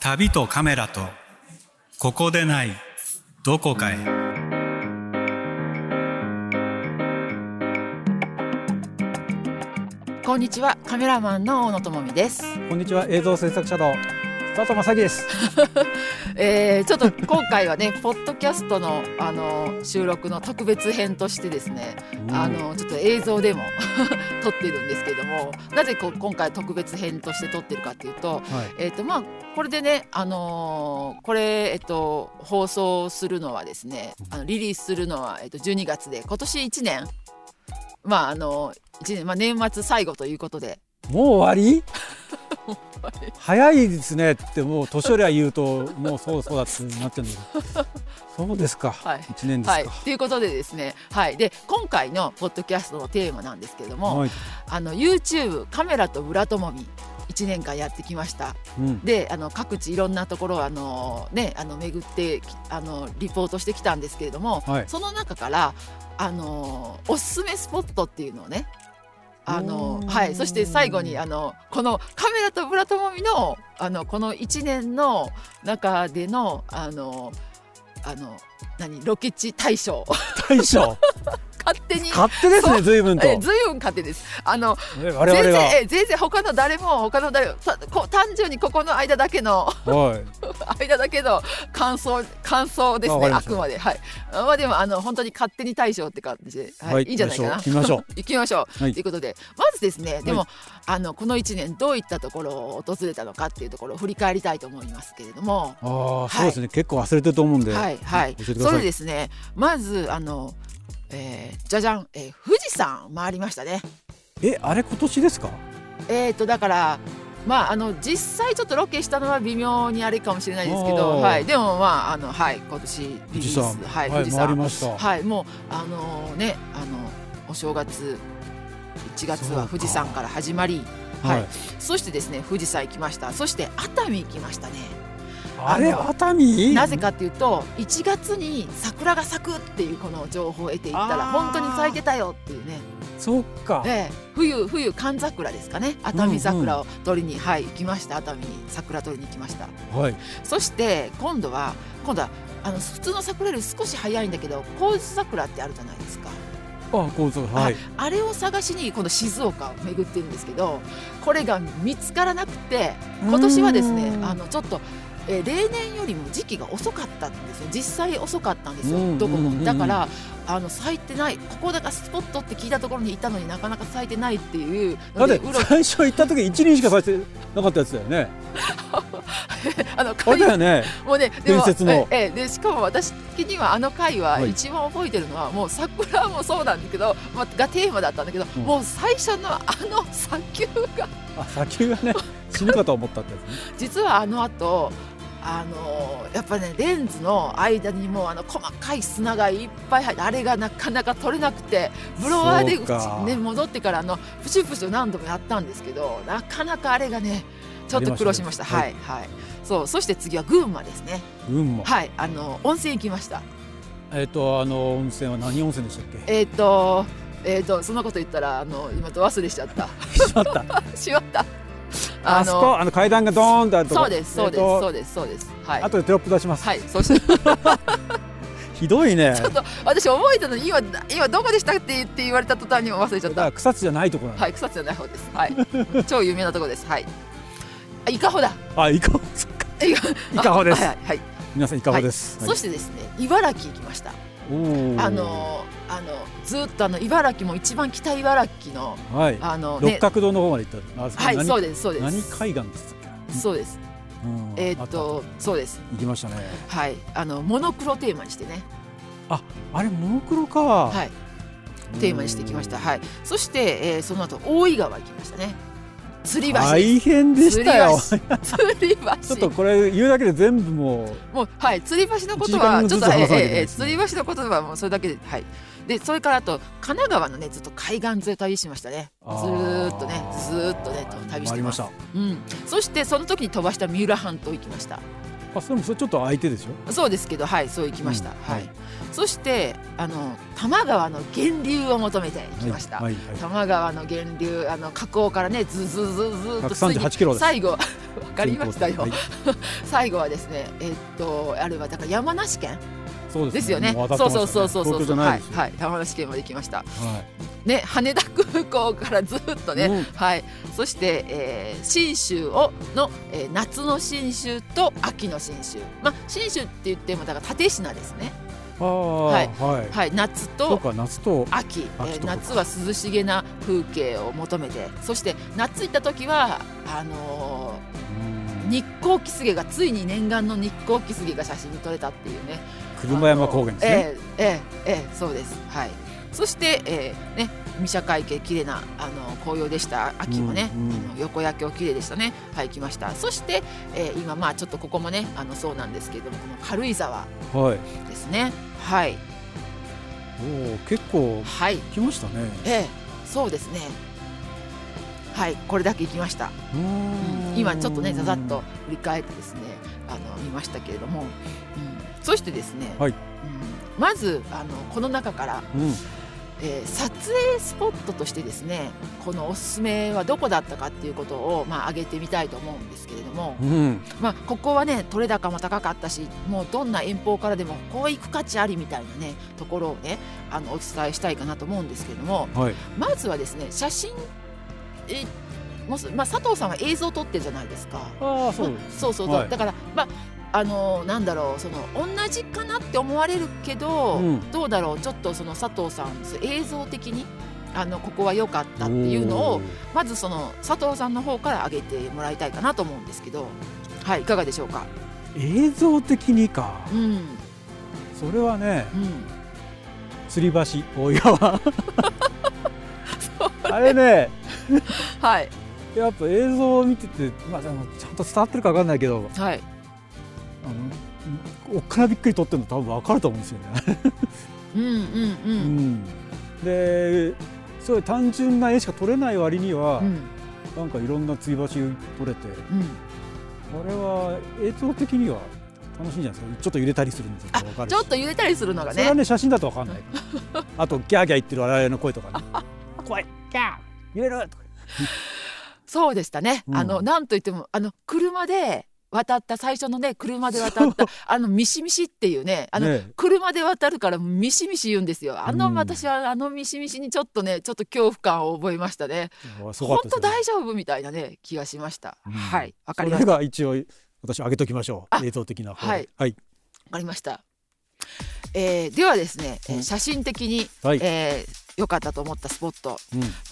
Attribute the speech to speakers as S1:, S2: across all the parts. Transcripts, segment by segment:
S1: 旅とカメラとここでないどこかへ
S2: こんにちはカメラマンの大野智美です、
S3: こんにちは映像制作者の佐藤正樹です。
S2: えー、ちょっと今回はねポッドキャストのあの収録の特別編としてですね、あのちょっと映像でも 撮ってるんですけどもなぜこう今回特別編として撮ってるかっていうと
S3: はい、
S2: えーとまあ、これでね、あのーこれ、えっと放送するのはですねあのリリースするのは、えっと12月で今年1年,、まああの一年まあ、年末最後ということで
S3: もう終 わり？早いですねってもう年寄りは言うともうそうそうだってなっちゃうんだけ ど。そうですか。
S2: はい
S3: 一年です
S2: はい
S3: か。、
S2: ということでですね、はい、で今回のポッドキャストのテーマなんですけれども、
S3: はい。
S2: あの YouTube カメラとブラともみ1年間やってきました
S3: うん。
S2: であの各地いろんなところをあの、ね、あの巡ってきあのリポートしてきたんですけれども、
S3: はい
S2: その中からあのおすすめスポットっていうのをねあの
S3: おー
S2: はい、そして最後にあのこのカメラとブラともみのあのこの1年の中でのあのあの何ロケ地大賞
S3: 大将
S2: 勝手に
S3: 勝手です
S2: そ
S3: ね随分と。
S2: えずいぶん勝手ですあの
S3: え我々
S2: 全
S3: が
S2: 然え全然他の誰も他の誰もたこ単純にここの間だけの
S3: はい
S2: 間だけの感想感想です
S3: わか
S2: ね
S3: り
S2: あ
S3: ました
S2: くまではいまあでもあの本当に勝手に対象って感じで、はい
S3: はい
S2: い、いんじゃないかな
S3: 行きましょう
S2: 行きましょう、
S3: はい
S2: ということでまずですねでも、あのこの1年どういったところを訪れたのかっていうところを振り返りたいと思いますけれども
S3: ああそうですね、結構忘れてると思うんで。
S2: はいはい
S3: 教えてくだ
S2: そ
S3: さ
S2: れ
S3: い。
S2: でですねまずあの、えー、じゃじゃん、えー富士山回りましたね
S3: えあれ今年ですか？
S2: えー、とだからまああの実際ちょっとロケしたのは微妙にあれかもしれないですけど、
S3: おー
S2: はい、でもまああのはい今年リリ
S3: 富
S2: ー
S3: 士
S2: ス
S3: 山
S2: はい
S3: は
S2: 富
S3: い
S2: 士
S3: 回り
S2: 山
S3: ました。
S2: はいもうあのねあのお正月1月は富士山から始まりはい、
S3: はい
S2: そしてですね富士山行きましたそして熱海行きましたね
S3: あれ熱海？
S2: なぜかっていうと1月に桜が咲くっていうこの情報を得ていったら
S3: あー
S2: 本当に咲いてたよっていうね
S3: そっか。
S2: ええ、冬冬寒桜ですかね熱海桜を取りに、はい行きました熱海に桜取りに行きました
S3: はい。
S2: そして今度は今度はあの普通の桜より少し早いんだけど高津桜ってあるじゃないですか
S3: あこうそうはい。
S2: あれを探しに今度静岡を巡ってるんですけどこれが見つからなくて今年はですね
S3: うん
S2: あのちょっと。えー例年よりも時期が遅かったんですよ実際遅かったんです
S3: うん
S2: よどこ
S3: うんうんうん
S2: もだからあの咲いてないここだからスポットって聞いたところにいたのになかなか咲いてないっていう
S3: だ
S2: の
S3: っ
S2: で
S3: て
S2: うろ
S3: 最初行った時一輪しかさせてなかったやつだよね。
S2: あの
S3: あれ
S2: 会
S3: だよね。
S2: もうねでも
S3: 伝説の
S2: ええでしかも私的にはあの回は
S3: はい
S2: 一番覚えてるのは、もう桜もそうなんだけど、まあ、がテーマだったんだけど、
S3: うん
S2: もう最初のあの 砂丘が
S3: あ砂丘がね 死ぬかと思ったってやつね。
S2: 実はあの後あのーやっぱねレンズの間にもうあの細かい砂がいっぱい入ってあれがなかなか取れなくてブロワーで
S3: そうか
S2: ね、戻ってからあのプシュプシュ何度もやったんですけどなかなかあれがねちょっと苦労しました
S3: ありました
S2: はいはいそうそして次は群馬ですね
S3: 群馬。
S2: はいあの温泉行きました
S3: えっ、とあの温泉は何温泉でしたっけ？
S2: えっ、とえっ、とそんなこと言ったらあの今と忘れしちゃった
S3: しまった。
S2: しまった
S3: あそこあの階段がドーンとあるとこ。
S2: そうですそうです、
S3: えーと
S2: そうですそうですはい
S3: あとでテロップ出します。
S2: はいそして
S3: ひどいね。
S2: ちょっと私覚えたのに今今どこでしたってって言われた途端にも忘れちゃっ
S3: だか
S2: た。
S3: ら草津じゃないところなんだ。
S2: はい、草津じゃない方です。はい、 超有名なとこです。はい。あ、伊香保だ。
S3: あいかほですか。
S2: いか
S3: いかほです
S2: はい、。はいはい、
S3: 皆さんいかほです。
S2: そしてですね、茨城行きました。
S3: おー
S2: あのあのずっとあの茨城も一番北茨城の
S3: はい
S2: あの
S3: 六
S2: ね、
S3: 角堂の方まで行った。あそこ
S2: はい、
S3: 何
S2: そうですそうで
S3: 何
S2: す。
S3: 海岸でしたっけ？
S2: そうです。
S3: うん
S2: えーっ
S3: あ
S2: とそうです。
S3: た行きましたね。
S2: はい、あのモノクロテーマにしてね。
S3: あれモノクロか。。
S2: はい、テーマにしてきました。はいい。そして、えーその後大井川行きましたね。釣り橋です。
S3: 大変でしたよ。
S2: 釣り橋
S3: ちょっとこれ言うだけで全部もう
S2: もうはい吊り橋のこと
S3: 一
S2: は
S3: 時間
S2: ちょ
S3: ず
S2: っ
S3: つ
S2: とえ
S3: 話さなきゃいけな
S2: え
S3: い
S2: ええ
S3: です
S2: 吊
S3: ね
S2: り橋のことはもうそれだけではいでそれからあと神奈川のねずっと海岸沿い旅しましたねず
S3: あー
S2: ーっとねずーっとねと旅して
S3: 回り
S2: ま
S3: ますした。
S2: うんそしてその時に飛ばした三浦半島行きました
S3: あそれもそれちょっと相手でしょ
S2: そうですけどはいそう行きました、
S3: うん
S2: はい
S3: はい
S2: そしてあの多摩川の源流を求めて行きました、
S3: はい
S2: 多
S3: は
S2: 摩川の源流あの河口からねずずずずずっと
S3: 138キロです
S2: 最後 わ
S3: い、
S2: かりましたよ、
S3: はい
S2: 最後はですねえっとあれはだから山梨県
S3: そう
S2: ですよね
S3: も渡って
S2: そ
S3: ま
S2: う
S3: した
S2: そうそうそう
S3: ね
S2: そう
S3: 東京じゃ
S2: は
S3: ない
S2: い
S3: ですよ、
S2: はい山梨県まで行きました
S3: はい
S2: ね羽田空港からずっとね、
S3: うん
S2: はいそして、えー信州をの、えー夏の信州と秋の信州まあ信州って言ってもだから蓼科ですね
S3: あ
S2: は
S3: あはいい、
S2: はい夏
S3: そう
S2: と
S3: か夏と
S2: 秋え
S3: 秋
S2: ー
S3: とか
S2: 夏は涼しげな風景を求めてそして夏行った時はあのー日光キスゲがついに念願の日光キスゲが写真に撮れたっていうね
S3: 車山高原ですね、
S2: ええええええそうです。はい。そして、ええね、三社会系綺麗なあの紅葉でした。秋もね、
S3: うんうん
S2: あの横焼きを綺麗でしたね。はい、来ました。そして、ええ今まあちょっとここもね、あのそうなんですけれども、この軽井沢
S3: はい
S2: ですね。はい、
S3: おお結構
S2: はい、
S3: 来ましたね
S2: ええそうですね。はい、これだけ行きました。
S3: うーん
S2: 今ちょっとねざざっと振り返ってですねあの見ましたけれども、うん、そしてですね、
S3: はい
S2: うん、まずあのこの中から、
S3: うん
S2: えー撮影スポットとしてですねこのおすすめはどこだったかっていうことを、まあ、挙げてみたいと思うんですけれども、
S3: うん
S2: まあ、ここはね取れ高も高かったしもうどんな遠方からでもこう行く価値ありみたいなねところをねあのお伝えしたいかなと思うんですけれども、
S3: はい
S2: まずはですね写真えもしまあ、佐藤さんは映像を撮ってるじゃないですか。
S3: ああそう
S2: まあそうそうそう、
S3: はい
S2: だからまああのーなんだろうその同じかなって思われるけど、
S3: うん
S2: どうだろうちょっとその佐藤さん映像的にあのここは良かったっていうの
S3: お
S2: を
S3: ー
S2: まずその佐藤さんの方から上げてもらいたいかなと思うんですけどはいいかがでしょうか
S3: 映像的にか
S2: うんうん
S3: それはね吊り橋大井川あれね
S2: はい
S3: やっぱ映像を見てて、まあ、あのちゃんと伝わってるか分かんないけど
S2: はい
S3: あのおっかなびっくり撮ってるの多分分かると思うんですよね。
S2: うんうんう
S3: うんん、ですごい単純な絵しか撮れない割には、
S2: うん
S3: なんかいろんな吊り橋撮れてこ
S2: うん
S3: れは映像的には楽しいんじゃないですかちょっと揺れたりするんですよ
S2: あ
S3: 分かる
S2: ち
S3: し
S2: ょっと揺れたりするのが
S3: それは
S2: ね
S3: ね写真だと分かん ないあとギャーギャー言ってる我々の声とかね怖いギャー揺れるとか
S2: そうでしたね、
S3: うん
S2: あのなんといってもあの車で渡った最初のね車で渡ったあのミシミシっていうねあの
S3: ね
S2: 車で渡るからミシミシ言うんですよ。あの、
S3: うん
S2: 私はあのミシミシにちょっとねちょっと恐怖感を覚えましたね。
S3: すご
S2: 本
S3: かった
S2: 当
S3: ですよ
S2: 大丈夫みたいなね気がしました。
S3: うん
S2: はいわか
S3: そ
S2: り
S3: れ
S2: ました。わ
S3: が一応私上げときましょ
S2: あ
S3: う映像的な方で
S2: はい
S3: はい
S2: かりました。えーではですね、えー
S3: うん
S2: 写真的に良、
S3: はい
S2: えー良かったと思ったスポット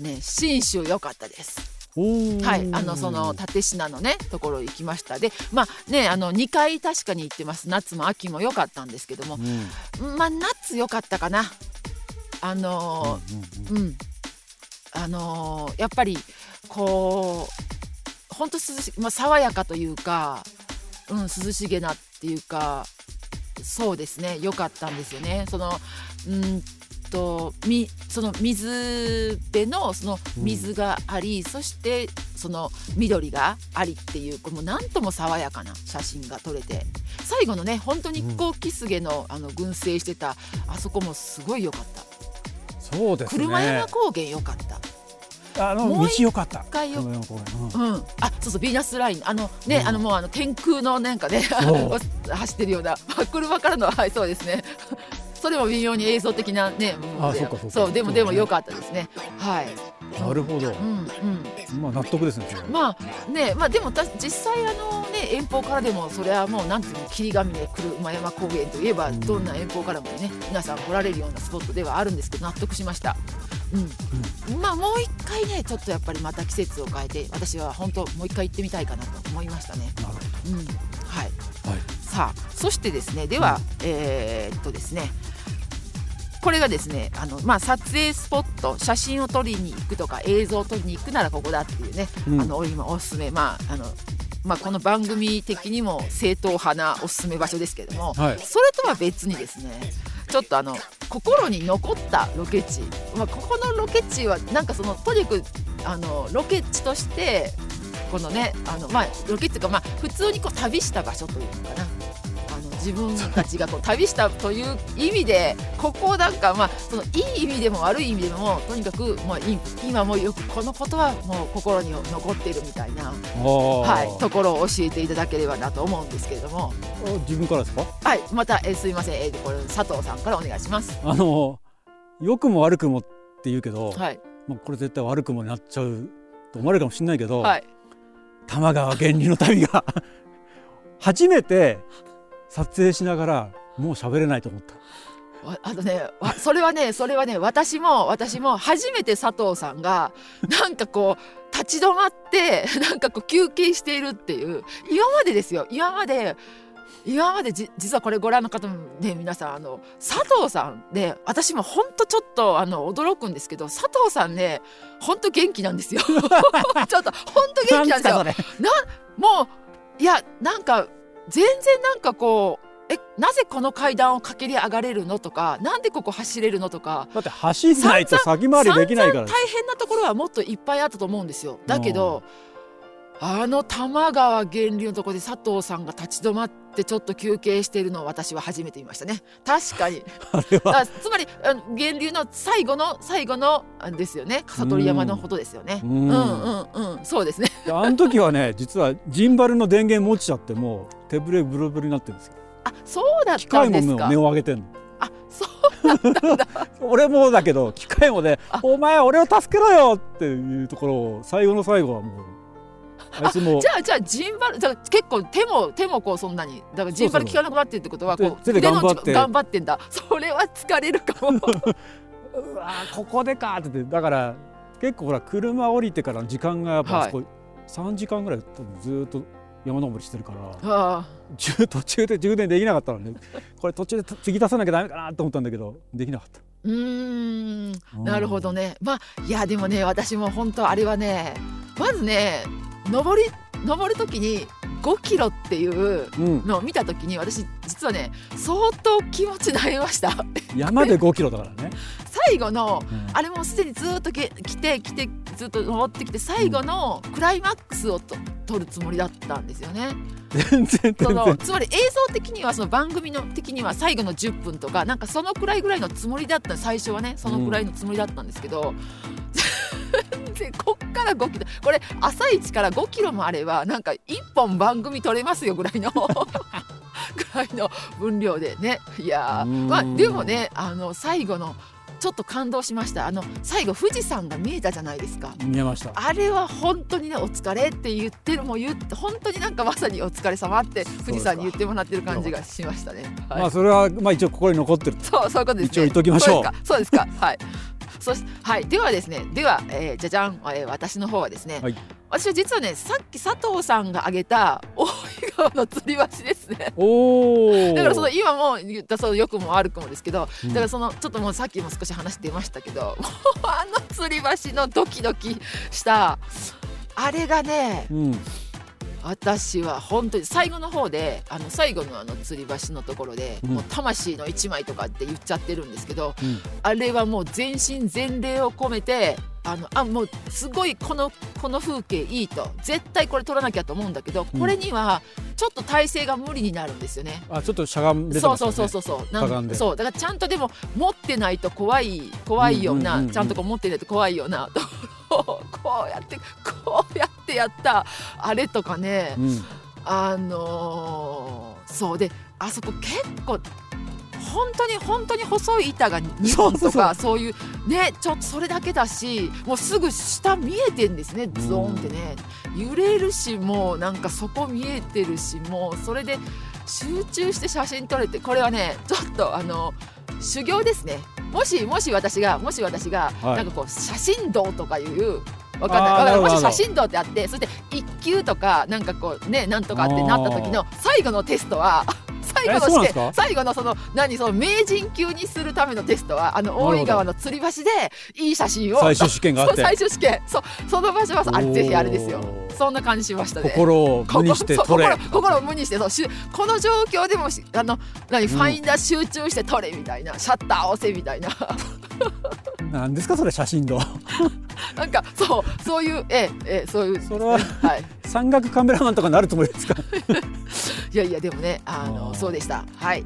S2: ね信州良かったです。
S3: うんおー
S2: はい、あのその立科のねところ行きましたでまあねあの2回確かに行ってます夏も秋も良かったんですけども
S3: うんうん
S2: まあ夏良かったかなあのーうん、あのーやっぱりこうほんと涼しい、まあ、爽やかというか、うん、涼しげなっていうかそうですね良かったんですよねそのうーんとみその水辺のその水があり、そしてその緑がありっていうこうもうなんとも爽やかな写真が撮れて最後のね本当に日光キスゲの,、あの群生してたあそこもすごい良かった。
S3: そうですね
S2: 車山高原良かった。
S3: あの
S2: もう
S3: 道
S2: 一
S3: 良かった
S2: 回よ
S3: 車山公園うん
S2: うん、あそうそうヴィーナスラインあのね、
S3: うん
S2: あのもうあの天空のなんかね
S3: そ
S2: 走ってるようなまあ車からのはいそうですね それも微妙に映像的なね部分
S3: あ
S2: で
S3: そうかそうか
S2: でも
S3: そうだね
S2: でも良かったですねはい
S3: なるほど
S2: うんうん
S3: まあ納得ですねそれは
S2: まあねまあでもた実際あのね遠方からでもそれはもうなんていうの霧ヶ峰車山高原といえば
S3: うん
S2: どんな遠方からもね皆さん来られるようなスポットではあるんですけど納得しました。うんまあもう一回ねちょっとやっぱりまた季節を変えて私は本当もう一回行ってみたいかなと思いましたね。
S3: なるほ
S2: うんはい、
S3: どはい
S2: さあそしてですねでは、えーっとですねこれがですねあの、まあ、撮影スポット写真を撮りに行くとか映像を撮りに行くならここだっていうね、
S3: うん
S2: あの今おすすめまああのまあ、この番組的にも正統派なおすすめ場所ですけども、
S3: はい
S2: それとは別にですねちょっとあの心に残ったロケ地、まあ、ここのロケ地はなんかそのとにかくあのロケ地としてこのねあのまあロケっていうかまあ普通にこう旅した場所というのかな。あの自分たちがこう旅したという意味でここなんかまあそのいい意味でも悪い意味でもとにかくもうい今もよくこのことはもう心に残ってるみたいな、
S3: おー
S2: はい、ところを教えていただければなと思うんですけれども
S3: お自分からですか
S2: はいまた、えーすいません、えーこれ佐藤さんからお願いします。
S3: あの良くも悪くもって言うけど、
S2: はい、
S3: もうこれ絶対悪くもになっちゃうと思われるかもしれないけど、
S2: はい
S3: 玉川源流の旅が 初めて撮影しながらもう喋れないと思った。
S2: わあのねわそれはねそれはね私も私も初めて佐藤さんがなんかこう立ち止まってなんかこう休憩しているっていう今までですよ今まで今までじ実はこれご覧の方もね皆さんあの佐藤さんで、私もほんとちょっとあの驚くんですけど佐藤さんねほんと元気なんですよ ちょっとほんと元気なんですよ
S3: なんすか
S2: もういやなんか全然なんかこうえなぜこの階段を駆け上がれるのとかなんでここ走れるのとか
S3: それだって走んないと先回りできないから
S2: 大変なところはもっといっぱいあったと思うんですよだけどあの多摩川源流のところで佐藤さんが立ち止まってちょっと休憩しているのを私は初めて見ましたね確かに
S3: あれは
S2: あつまりあの源流の最後の最後のあですよね里山のほどですよね
S3: う
S2: うんんうんうんそうですね
S3: であの時はね実はジンバルの電源も落ちちゃってもう手ぶれブルブルになってるんですよ
S2: あそうだっ
S3: 機
S2: た
S3: 械
S2: んです
S3: も
S2: か
S3: 目を上げてんの
S2: あそう
S3: 俺もだけど機械もね「お前俺を助けろよ!」っていうところを最後の最後はもうあいつも
S2: じゃあじゃあジンバルじゃあ結構手も手もこうそんなにだからジンバル
S3: そ
S2: 効
S3: うそう
S2: かなくなってるってことは
S3: で
S2: こう
S3: 手で
S2: 腕の
S3: 頑張って
S2: 頑張ってんだそれは疲れるかも
S3: 「うわーここでか!」って言ってだから結構ほら車降りてからの時間がやっぱ
S2: はい
S3: すごい、3時間ぐらい多分ずーっと山登りしてるから
S2: あ
S3: 中途中で充電できなかったのねこれ途中で次出さなきゃダメかなと思ったんだけどできなかった。
S2: ーうーん
S3: うん
S2: なるほどねまあいやでもね私も本当あれはねまずね登り登る時に5キロっていう
S3: うん、
S2: のを見た時に私実はね相当気持ち悩みました
S3: 山で5キロだから ね。
S2: 最後の
S3: うん
S2: あれもうすでにずっとけ来て来てずっと登ってきて最後のクライマックスをと取るつもりだったんですよね。
S3: 全然
S2: そ
S3: 全
S2: の
S3: 然
S2: つまり映像的にはその番組の的には最後の10分とかなんかそのくらいぐらいのつもりだった最初はねそのくらいのつもりだったんですけど、でこっから5キロこれ朝一から5キロもあればなんか1本番組撮れますよぐらいのぐらいの分量でねいやー
S3: うん
S2: まあでもねあの最後のちょっと感動しましたあの最後富士山が見えたじゃないですか。
S3: 見えました。
S2: あれは本当にねお疲れって言ってるもう言って本当になんかまさにお疲れ様って富士山に言ってもらってる感じがしましたね。はい
S3: まあそれはまあ一応ここに残ってる。
S2: そうそういうことですね。
S3: 一応言っときましょう
S2: そうですか。そうですかはい。そしはいではですねでは、えーじゃじゃん、えー私の方はですね、
S3: はい
S2: 私は実はねさっき佐藤さんが挙げた大井川の吊り橋ですね。
S3: お お。
S2: だからその今も言ったそう良くも悪くもですけど、
S3: うん
S2: だからそのちょっともうさっきも少し話出ましたけどもうあの吊り橋のドキドキしたあれがね
S3: うん。
S2: 私は本当に最後の方であの最後のあの吊り橋のところで、
S3: うん
S2: もう魂の一枚とかって言っちゃってるんですけど
S3: うん
S2: あれはもう全身全霊を込めてあのあもうすごいこのこの風景いいと絶対これ撮らなきゃと思うんだけど
S3: うん
S2: これにはちょっと体勢が無理になるんですよね。
S3: あちょっとしゃがんでて
S2: そ
S3: ま
S2: う
S3: した
S2: そう
S3: ね。
S2: そうそうそう
S3: かがん
S2: なん
S3: で
S2: そうだからちゃんとでも持ってないと怖い怖いよう
S3: うんうん
S2: な
S3: うんうん
S2: ちゃんとこう持ってないと怖いような ところをこうやってこうやってやったあれとかね
S3: うん。
S2: あのーそうであそこ結構本当に本当に細い板が2本
S3: そう
S2: と
S3: そう
S2: かそういうねちょっとそれだけだしもうすぐ下見えてんですねズーンってね揺れるしもうなんかそこ見えてるしもうそれで集中して写真撮れてこれはねちょっとあの修行ですねもしもし私がもし私が、
S3: はい
S2: なんかこう写真道とかいうわかんない
S3: あー
S2: わかん
S3: な
S2: な
S3: る
S2: い
S3: ほ
S2: も
S3: ど
S2: し写真道ってあってそして一級とかなんかこうねなんとかってなった時の最後のテストは 最
S3: え
S2: 後
S3: そうなん
S2: の
S3: で
S2: 試
S3: すか
S2: 験最後のその何その名人級にするためのテストはあの
S3: ほど
S2: 大井川の吊り橋でいい写真を
S3: 最終試験があ
S2: そう
S3: って
S2: 最終試験そうその場所はそうあ
S3: お
S2: れ
S3: ー
S2: ぜひあれですよそんな感じしましたね。
S3: 心を無にして
S2: ここ
S3: 取れ
S2: そう。心心を無にしてそうしこの状況でもしあの何ファインダー集中して撮れみたいな、シャッター押せみたいな
S3: なんですかそれ写真の。
S2: なんかそうそういうええええそういう
S3: それは
S2: はい
S3: 山岳カメラマンとかなるつもりですか
S2: いやいやでもねあの
S3: あー
S2: そうでしたはい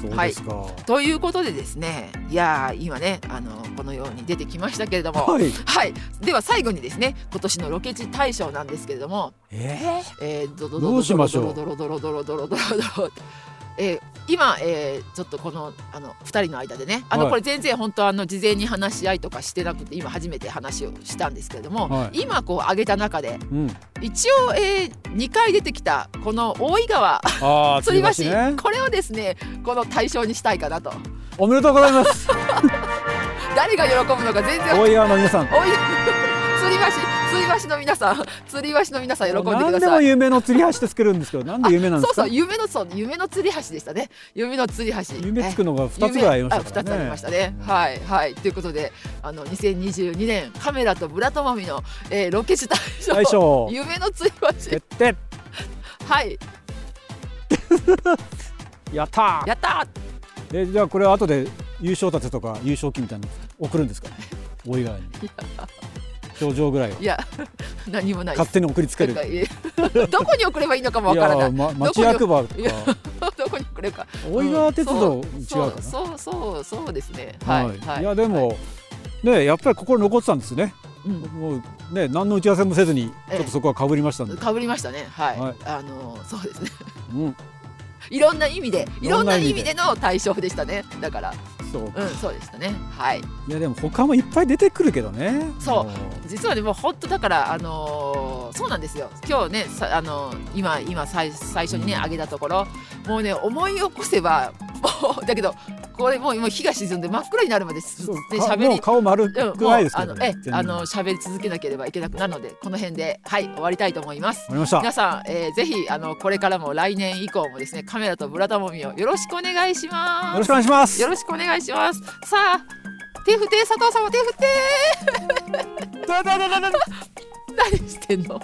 S3: そうですかは
S2: ということでですねいやー今ねあのこのように出てきましたけれども
S3: い、
S2: はいでは最後にですね今年のロケ地大賞なんですけれども
S3: え
S2: えー、どどど
S3: どうしましょう
S2: ドロドロドロドロドロドロドロえー今、えー、ちょっとこのあの2人の間でねあの、
S3: はい
S2: これ全然本当あの事前に話し合いとかしてなくて今初めて話をしたんですけれども、
S3: は
S2: 今こう挙げた中で
S3: ー、うん
S2: 一応、え2回出てきたこの大井川
S3: あー
S2: 吊り橋
S3: 吊り橋ね
S2: これをですねこの対象にしたいかなと
S3: おめでとうございます
S2: 誰が喜ぶのか全然
S3: 大井川の皆さん
S2: 大井 吊り橋吊り橋の皆さん吊り橋の皆さん喜んでく
S3: 何
S2: だ
S3: で
S2: さい
S3: も有名の吊り橋ってつけるんですけどなんで有名なんで
S2: そう
S3: す
S2: そ
S3: か
S2: う夢のそう夢の吊り橋でしたね夢の吊り橋
S3: 夢つくのが
S2: え
S3: 二つぐらいありまし
S2: 夢
S3: たか
S2: あ二つあり
S3: ら
S2: ま
S3: ね
S2: したねはいはいということであの2022年カメラとブラとマミの、えー、ロケ地大賞
S3: 最初
S2: 夢の吊り
S3: 決定
S2: 橋はい
S3: やった
S2: やった
S3: ーえじゃあこれは後で優勝盾とか優勝金みたいなの送るんですか大井川に表情ぐらいを
S2: ーいや 何もないです
S3: 勝手に送りつける
S2: なんかいえ どこに送ればいいのかもわ
S3: い
S2: からな
S3: や
S2: い
S3: ー、ま、町役場と
S2: い
S3: か
S2: やどこに送れるか
S3: 大井川鉄道
S2: うん
S3: 違う
S2: そう
S3: かな
S2: そうそうそうそうですねはい
S3: はい
S2: はい
S3: いやでもねやっぱり心残ってたんですね
S2: うん
S3: もうね何の打ち合わせもせずに
S2: ええ
S3: ちょっとそこはかぶりましたんで
S2: かぶりましたねはい、
S3: はい
S2: あのーそうですね
S3: うん
S2: いろんな意味で、い
S3: い
S2: ろ
S3: ろ
S2: ん
S3: ん
S2: な
S3: な
S2: 意
S3: 意
S2: 味
S3: 味
S2: で
S3: で
S2: の対象でしたね。だから、
S3: そう
S2: うん、そうでしたね。はい。
S3: いやでも他もいっぱい出てくるけどね
S2: そう
S3: も
S2: 実はね、もう本当だから、あのーそうなんですよ。今日ね、さあのー今、今、最、最初にね、
S3: うん
S2: 挙げたところ。もうね、思い起こせば、もう、だけど、これもう、今日が沈んで、真っ暗になるまで、す
S3: そう
S2: で、
S3: か
S2: 喋
S3: もう
S2: り。
S3: 顔丸
S2: うん
S3: くないです
S2: あ
S3: け
S2: の
S3: ど、
S2: え
S3: ね、全然
S2: あの、喋り続けなければいけなくなるので、この辺で、はい、終わりたいと思います。
S3: わかりました
S2: 皆さん、えーぜひ、あの、これからも、来年以降もですね、カメラとブラタモミをよろしくお願いします
S3: よろし。くお願いします
S2: よろしくお願いします。さあ、手振って佐藤さんも手振って。
S3: だだだだだ
S2: 何してんの？